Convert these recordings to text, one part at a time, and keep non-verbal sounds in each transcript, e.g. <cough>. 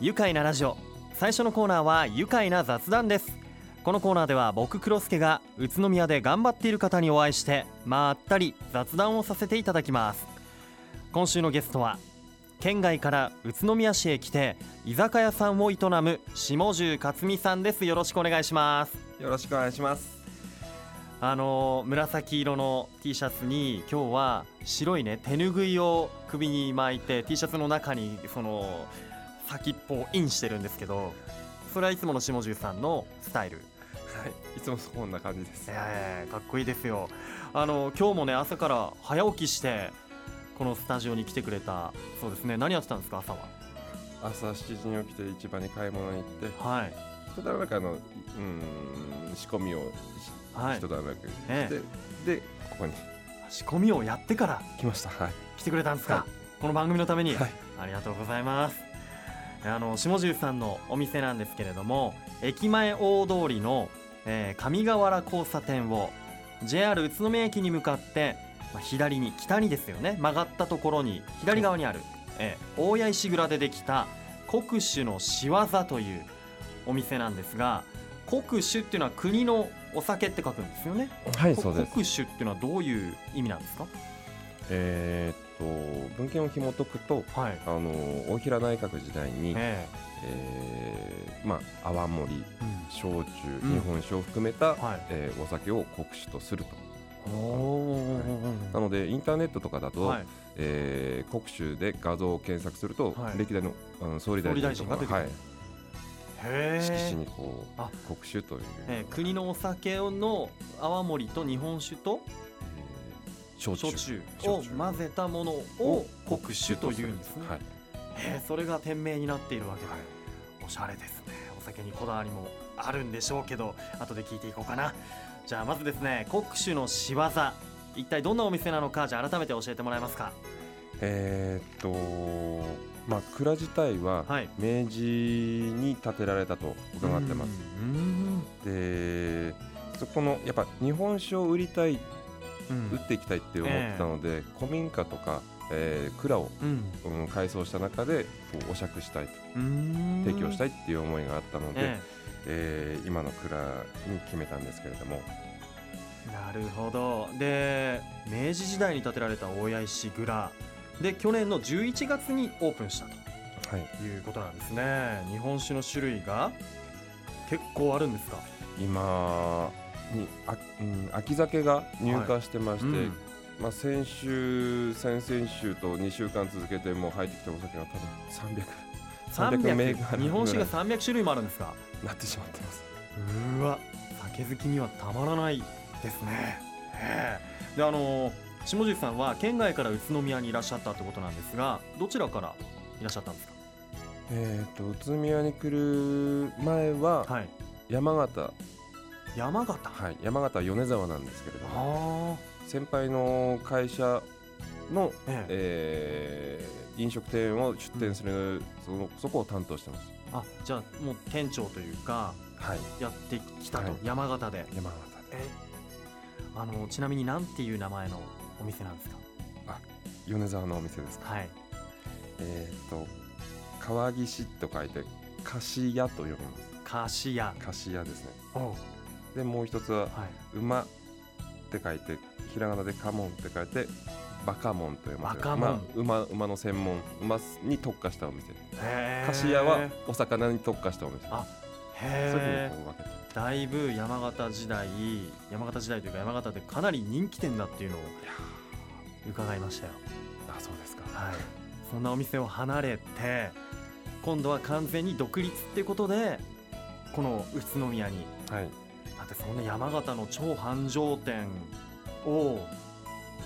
愉快なラジオ最初のコーナーは愉快な雑談ですこのコーナーでは僕黒助が宇都宮で頑張っている方にお会いしてまったり雑談をさせていただきます今週のゲストは県外から宇都宮市へ来て居酒屋さんを営む下重克美さんですよろしくお願いしますよろしくお願いしますあのー紫色の T シャツに今日は白いね手ぬぐいを首に巻いて T シャツの中にその先っぽをインしてるんですけどそれはいつもの下重さんのスタイル、はいいつもそんな感じですえーかっこいいですよあのー今日もね朝から早起きしてこのスタジオに来てくれたそうですね何やってたんですか朝は朝7時に起きて市場に買い物に行ってはい一段落あのうーん仕込みをしはい一段落して、えでここに仕込みをやってから来ましたはい来てくれたんですか、はいこの番組のために、はいありがとうございますあの下重さんのお店なんですけれども駅前大通りの、えー上河原交差点を JR 宇都宮駅に向かって、まあ、左に北にですよね曲がったところに左側にある、えー大谷石蔵でできた国主の仕業というお店なんですが国主っていうのは国のお酒って書くんですよね、はいこ国主っていうのはどういう意味なんですかえーっと文献を紐解くとはい、あの大平内閣時代に、ええーまあ泡盛ーうん焼酎、うん日本酒を含めた、はいえーお酒を国酒とするとおなのでインターネットとかだと、はい、えー国州で画像を検索すると、はい歴代のあの総理大臣とか総理大臣がはい出、へ色ー紙にこあう国州という、えー国のお酒の泡盛と日本酒とえー焼酎焼酎を混ぜたものを国酒というんですね、はいえーそれが店名になっているわけで、おしゃれですねお酒にこだわりもあるんでしょうけど後で聞いていこうかなじゃあまずですね国酒の仕業一体どんなお店なのかじゃあ改めて教えてもらえますかえーっとまあ蔵自体ははい明治に建てられたと伺ってます、うんでそこのやっぱ日本酒を売りたいうん打っていきたいって思ってたので、古民家とか、えー蔵を、うんうん、改装した中でこうお酌したいとうん提供したいいっていう思いがあったので、えええー今の蔵に決めたんですけれどもなるほどで明治時代に建てられた大谷石蔵で去年の11月にオープンしたはいということなんですね日本酒の種類が結構あるんですか今にあ、うん、秋酒が入荷してまして、うんまあ、先週先々週と2週間続けてもう入ってきたお酒が多分300 300銘柄ぐら300い日本酒が300種類もあるんですかなってしまってますうわ酒好きにはたまらないですねええであの下地さんは県外から宇都宮にいらっしゃったってことなんですがどちらからいらっしゃったんですかえっ、と宇都宮に来る前ははい山形山形はい山形は米沢なんですけれどもああ先輩の会社の、えええー飲食店を出店する、そのそこを担当してますあじゃあもう店長というかはいやってきたと、はい山形で山形でえあのちなみになんていう名前のお店なんですか米沢のお店ですかはいえーっ、と川岸と書いて菓子屋と読みます菓子屋菓子屋ですねおでもう一つははい馬って書いてひらがなでカモンって書いてバカモンと読ませるバカモンまあ、馬馬の専門馬に特化したお店へー菓子屋はお魚に特化したお店あそういへうふうえにこう分けてだいぶ山形時代山形時代というか山形でかなり人気店だっていうのを伺いましたよあそうですかはいそんなお店を離れて今度は完全に独立ってことでこの宇都宮にはいだってそんな山形の超繁盛店を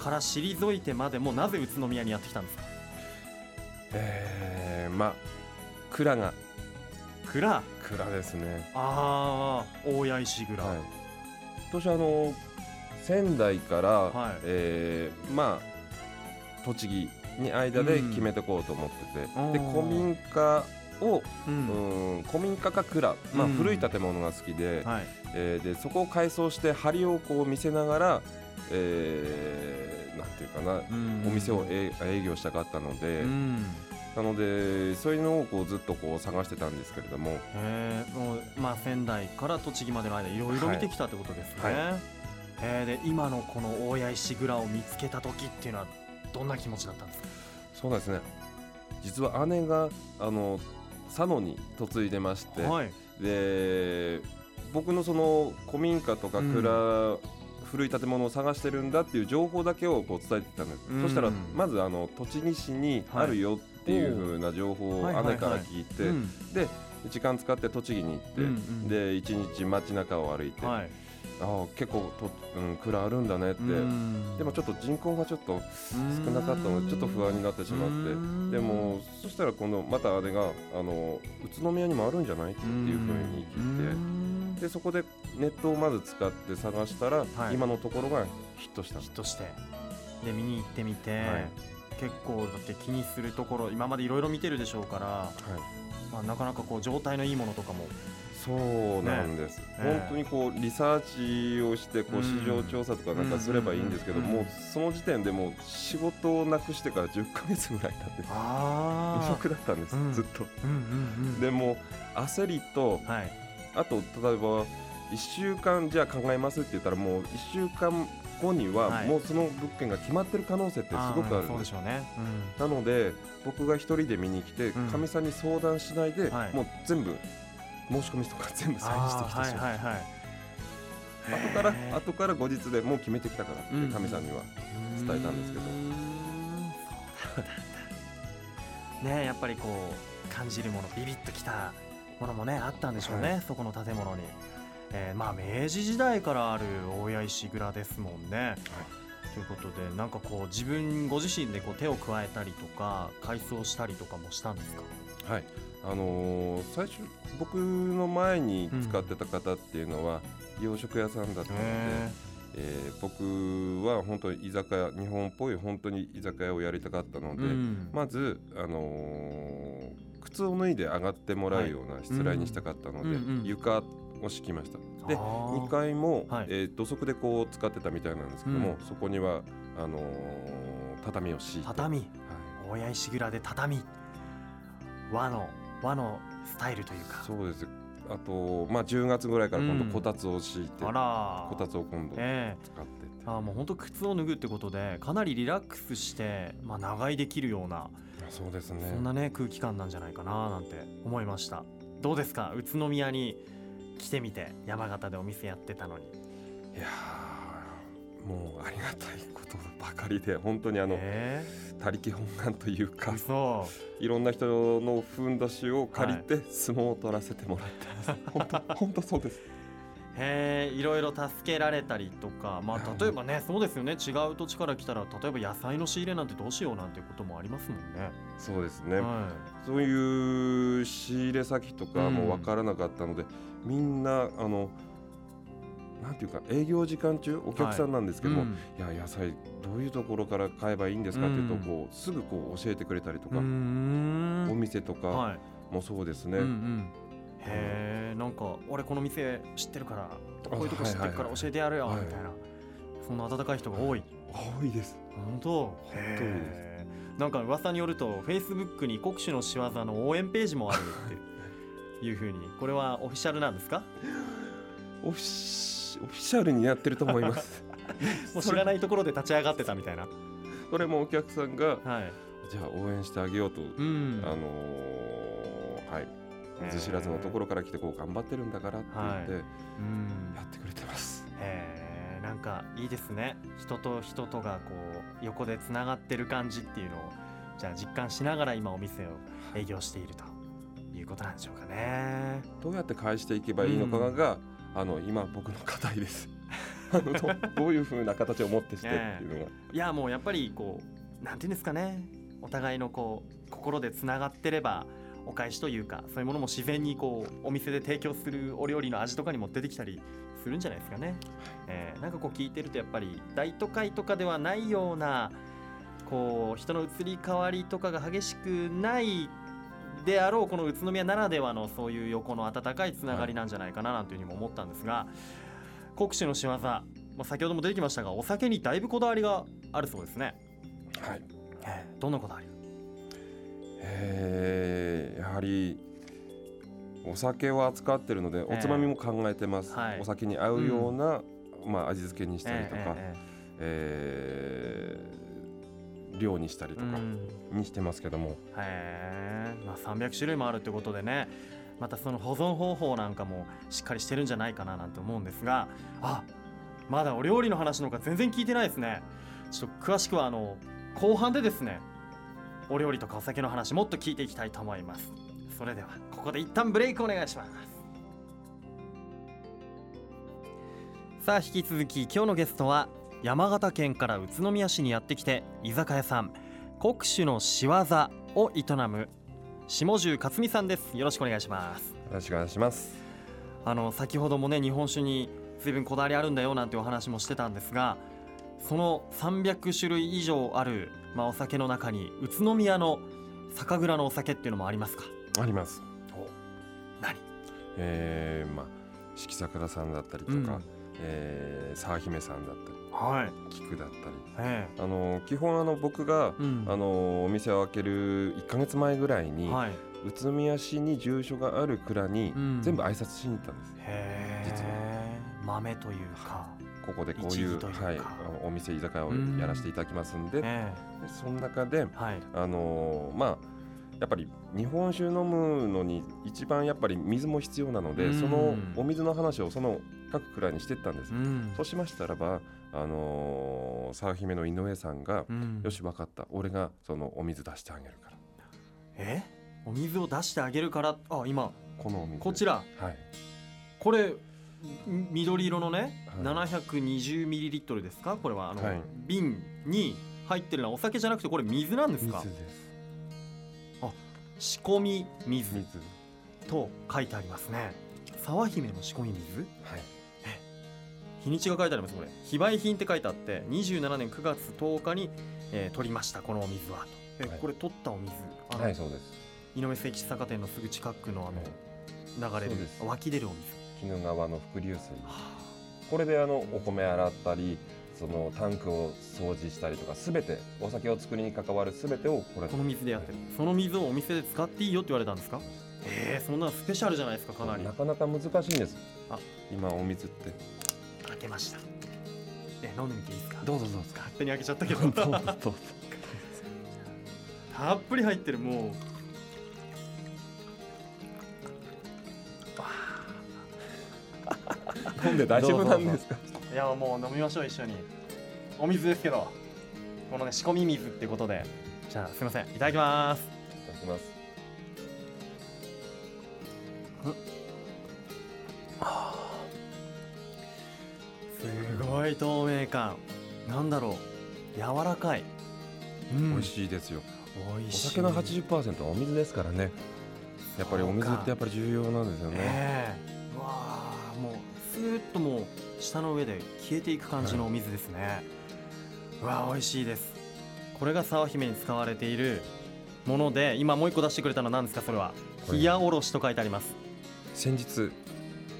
から退いてまでもなぜ宇都宮にやってきたんですかえー、まあ蔵が蔵蔵ですねあー大谷石蔵、はい、今年あの仙台から、はいえーまあ栃木に間でうん決めてこうと思ってて、おーで古民家を、ううんん、古民家か蔵、まあ、うん古い建物が好きで,、はい、えーでそこを改装して梁をこう見せながら、えーなんていうかな、うんお店を営営業したかったので、うんなのでそういうのをこうずっとこう探してたんですけれどもえーもうまあ、仙台から栃木までの間いろいろ見てきたってことですね、はいえーで今のこの大谷石蔵を見つけた時っていうのはどんな気持ちだったんですかそうなんですね実は姉があの佐野に嫁いでまして、はい、で僕のその古民家とか蔵、古い建物を探してるんだっていう情報だけをこう伝えてたんです、うんそしたらまずあの栃木市にあるよっていう風な情報をはい姉おうかはいはいらはい聞いうんてで時間使って栃木に行っうて、んうんで一日街中を歩いて、はいああ結構と、うん、蔵あるんだねって、うんでもちょっと人口がちょっと少少なかったのでちょっと不安になってしまって。でもそしたら今度また姉があの宇都宮にもあるんじゃないっていう風に聞いてでそこでネットをまず使って探したら、はい今のところがヒットしたんでヒすットしてで見に行ってみて、はい結構だって気にするところ今までいろいろ見てるでしょうから、はい、まあ、なかなかこう状態のいいものとかもそうなんです、え本当にこうリサーチをしてこううん市場調査とかなんかすればいいんですけど、うんもうその時点でもう仕事をなくしてから10ヶ月ぐらい経って無あ職だったんです、うんずっと。うんうんうんでもう焦りとはいあと例えば1週間じゃあ考えますって言ったらもう1週間後にははいもうその物件が決まってる可能性ってすごくあるんそうでですしょうね、なので僕が一人で見に来てうんかみさんに相談しないで、はいもう全部申し込みとか全部サインしてきてしまあーう、はいはいはい後からへー後から後日でもう決めてきたからうんってかみさんには、伝えたんですけどうーんそうなんだねやっぱりこう感じるものビビッときたものもねあったんでしょうね、はそこの建物に、えーまあ明治時代からある大谷石蔵ですもんね、ということでなんかこう自分ご自身でこう手を加えたりとか改装したりとかもしたんですかはいあのー最初僕の前に使ってた方っていうのは洋食屋さんだったので、えー僕は本当に居酒屋日本っぽい本当に居酒屋をやりたかったので、うんまず、あのー靴を脱いで上がってもらうようなしつらいにしたかったので、うんうんうん床を敷きました。であー2階も、はいえー土足でこう使ってたみたいなんですけども、そこにはあのー畳を敷いて、はい、畳大谷石蔵で畳和の和のスタイルというかそうですあと、まあ、10月ぐらいから今うん度こたつを敷いて、あらこたつを今度使ってってええあーもう本当靴を脱ぐってことでかなりリラックスして、まあ、長居できるような、あそうですねそんなね空気感なんじゃないかななんて思いましたどうですか宇都宮に来てみて山形でお店やってたのにいやーもうありがたいことばかりで本当にあの、え他力本願というえか嘘いろんな人のふんどしを借りて相撲を取らせてもらっ <laughs> てます、本当本当そうですへえいろいろ助けられたりとか、まはあ、い例えばねそうですよね違う土地から来たら例えば野菜の仕入れなんてどうしようなんていうこともありますもんね。そうですね、はそういう仕入れ先とかも分からなかったので、みんなあのなんていうか営業時間中お客さんなんですいけども、うんいや野菜どういうところから買えばいいんですかっていうと、うんこうすぐこう教えてくれたりとうか、ーおん店とかはいもそうですね、うんうんへえなんか俺この店知ってるからこういうとこ知ってるから教えてやるよはいみたいな、そんな温かい人が多い多いです本当当にですへえなんか噂によるとフェイスブックに国主の仕業の応援ページもあるっていうふうにこれはオフィシャルなんですかオフィシオフィシャルにやってると思います <laughs> もう知らないところで立ち上がってたみたいな。それもお客さんがはい。じゃあ応援してあげようと、うんあのーはい見ず知らずのところから来てこう頑張ってるんだからって言っうんてやってくれてます、えーなんかいいですね。人と人とがこう横でつながってる感じっていうのをじゃあ実感しながら今お店を営業しているということなんでしょうかね。どうやって返していけばいいのかが、あの今僕の課題ですあのどどういう <laughs> 風な形をもってしてっていうのが、いやもうやっぱりこうなんていうんですかね。お互いのこう心でつながってれば。お返しというかそういうものも自然にこうお店で提供するお料理の味とかにも出てきたりするんじゃないですかね。えーなんかこう聞いてるとやっぱり大都会とかではないようなこう人の移り変わりとかが激しくないであろうこの宇都宮ならではのそういう横の温かいつながりなんじゃないかななんていうふうにも思ったんですが国主の仕業、まあ、先ほども出てきましたがお酒にだいぶこだわりがあるそうですね。はいどんなこだわりええーやはりお酒を扱ってるのでおつまみも考えてます、はいお酒に合うような、まあ、味付けにしたりとか、ええー量にしたりえとうかんにしてますけども、へえ、まあ、300種類もあるということでねまたその保存方法なんかもしっかりしてるんじゃないかななんて思うんですがあまだお料理の話の方が全然聞いてないですねちょっと詳しくはあの後半でですねお料理とかお酒の話もっと聞いていきたいと思いますそれではここで一旦ブレイクお願いしますさあ引き続き今日のゲストは山形県から宇都宮市にやってきて居酒屋さん国主の仕業を営む下重克美さんですよろしくお願いしますよろしくお願いします。あの先ほどもね日本酒に随分こだわりあるんだよなんてお話もしてたんですがその300種類以上ある、まあ、お酒の中に宇都宮の酒蔵のお酒っていうのもありますかあります。何えーまあ、四季桜さんだったりとか、うんえー沢姫さんだったりはい菊だったりえあの基本あの僕がえ、うんあのお店を開ける1か月前ぐらいに、はい宇都宮市に住所がある蔵にうん全部挨拶しに行ったんです、へ実え豆というかここでこういう一時というかはい、あのお店居酒屋をうんやらせていただきますんで,、えでその中でえはいあのーまあやっぱり日本酒飲むのに一番やっぱり水も必要なので、うんそのお水の話をその各蔵にしてったんです、うんそうしましたらば、あのー、沢姫の井上さんが、うんよし分かった俺がそのお水出してあげるからえお水を出してあげるからあ今このお水こちらはいこれみ緑色のね、は720ミリリットルですかこれはあの、はい瓶に入ってるのはお酒じゃなくてこれ水なんですか水です仕込み水水と書いてありますね沢姫の仕込み水はい日にちが書いてありますこれ非売品って書いてあって27年9月10日に、えー取りましたこのお水はとえ、はいこれ取ったお水あの、はいそうです井上聖地酒店のすぐ近くのはいあの流れそうるです湧き出るお水鬼怒川の伏流水はこれであのお米洗ったりそのタンクを掃除したりとかすべてお酒を作りに関わるすべてをこれあこの水でやってるその水をお店で使っていいよって言われたんですかえー、そんなのスペシャルじゃないですかかなりなかなか難しいんですあ今お水って開けましたえ飲んでみていいですかどうぞどうぞ勝手に開けちゃったけどどうぞ <laughs> たっぷり入ってるもう飲んで大丈夫なんですかいやもう飲みましょう一緒にお水ですけどこのね仕込み水ってことでじゃあすいませんいただきますいただきますすごい透明感なんだろう柔らかい、うん美味しいですよ美味おしい酒の80%はお水ですからねやっぱりお水ってやっぱり重要なんですよねねえうわあもうスーッともう下の上で消えていく感じのお水ですね、うわあ美味しいですこれが沢姫に使われているもので今もう一個出してくれたのは何ですかそれはこれ冷やおろしと書いてあります先日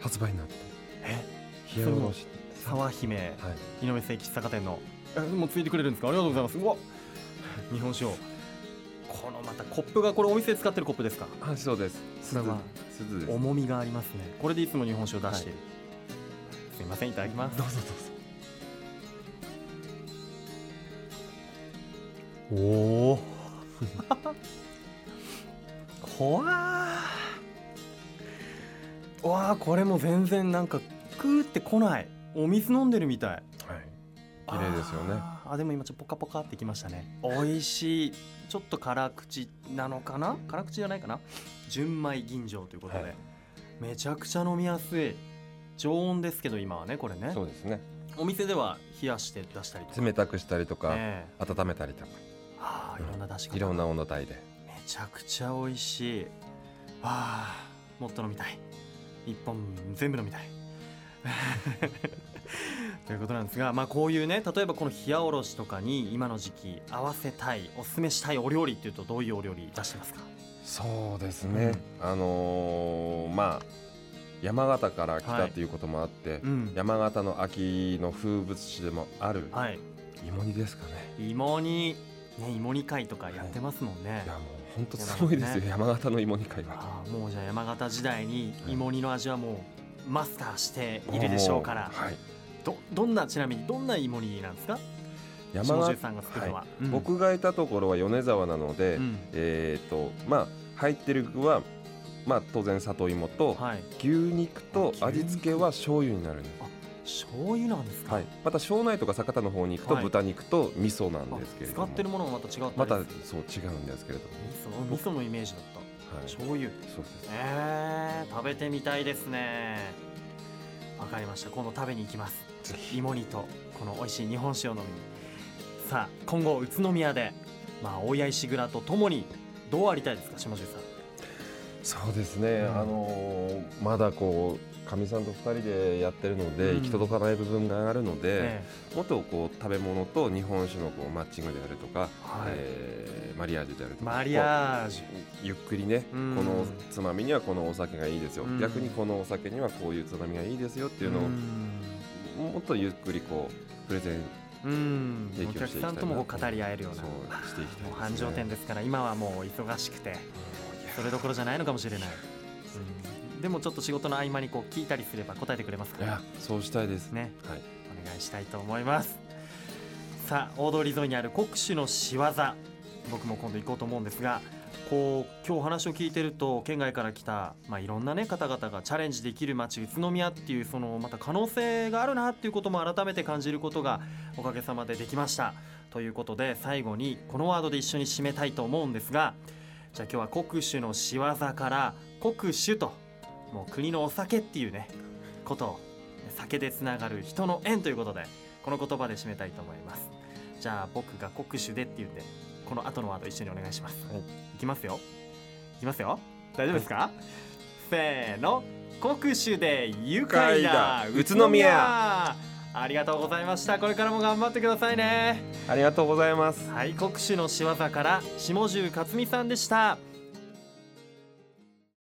発売になったえ冷やおろし沢姫はい井上聖喫茶店のえもうついてくれるんですかありがとうございますうわ日本酒をこのまたコップがこれお店で使ってるコップですかあそうですこれは鈴です重みがありますねこれでいつも日本酒を出している、すいませんいただきますどうぞどうぞおお怖ーわあこれも全然なんかクーってこないお水飲んでるみたいはい綺麗ですよねあーあでも今ちょっとポカポカってきましたね美味しいちょっと辛口なのかな辛口じゃないかな純米吟醸ということで、はいめちゃくちゃ飲みやすい常温ですけど今はねこれねそうですねお店では冷やして出したりとか、冷たくしたりとか、ええ温めたりとかあーいろんな出し方いろんな温度帯でめちゃくちゃ美味しいわあもっと飲みたい一本全部飲みたい <laughs> ということなんですが、まあ、こういうね例えばこの冷やおろしとかに今の時期合わせたいおすすめしたいお料理っていうとどういうお料理出してますかそうですね、あのーまあ山形から来はたいっていうこともあって、うん山形の秋の風物詩でもあるはい芋煮ですかね、芋煮ね芋煮会とかやってますもんね、いやもう本当すごいですよ、山形の芋煮会は。あーもうじゃあ山形時代に芋煮の味はもうマスターしているでしょうから、もはい、どどんなちなみにどんな芋煮なんですか山下形重さんが作るのは、はうん僕がいたところは米沢なので、うんえっ、とまあ入ってる具はまあ当然里芋とはい牛肉とあ牛肉味付けは醤油になるんです。醤油なんですか、はい、また庄内とか酒田の方に行くとはい豚肉と味噌なあんですけれど使も、ってるものもまた違ったまたりするそう違うんですけれども、味噌味噌のイメージだったはい、そう醤油ですえー、食べてみたいですねわかりました今度食べに行きますぜ芋煮とこの美味しい日本酒を飲みにさあ今後宇都宮でまあ大谷石蔵とともにどうありたいですか下地さんそうですね、うんあのーまだこうかみさんと2人でやってるので、うん行き届かない部分があるので、えもっとこう食べ物と日本酒のこうマッチングであるとか、はいえーマリアージュであるとかマリアージュこうゆっくりね、うんこのつまみにはこのお酒がいいですよ、うん逆にこのお酒にはこういうつまみがいいですよってえいうのを、んもっとゆっくりこうプレゼうンん提お供客していきたいさなんともこう語り合えるようなそうしていきたいですねもう繁盛店ですから今はもう忙しくてそれどころじゃないのかもしれない、うんでもちょっと仕事の合間にこう聞いたりすれば答えてくれますいからやそうしたいですねはい、お願いしたいと思いますさあ大通り沿いにある国主の仕業僕も今度行こうと思うんですがこう今日お話を聞いてると県外から来た、まあ、いろんな、ね、方々がチャレンジできる街宇都宮っていうそのまた可能性があるなっていうことも改めて感じることがおかげさまでできましたということで最後にこのワードで一緒に締めたいと思うんですがじゃあ今日は国主の仕業から国主ともう国のお酒っていうねことを酒でつながる人の縁ということでこの言葉で締めたいと思いますじゃあ僕が国主でって言うんでこの後のワード一緒にお願いします、はいい、きますよいきますよ大丈夫ですか、せーの国主で愉快だ愉快だ宇都宮ありがとうございましたこれからも頑張ってくださいねありがとうございますはい国主の仕業から下重克美さんでした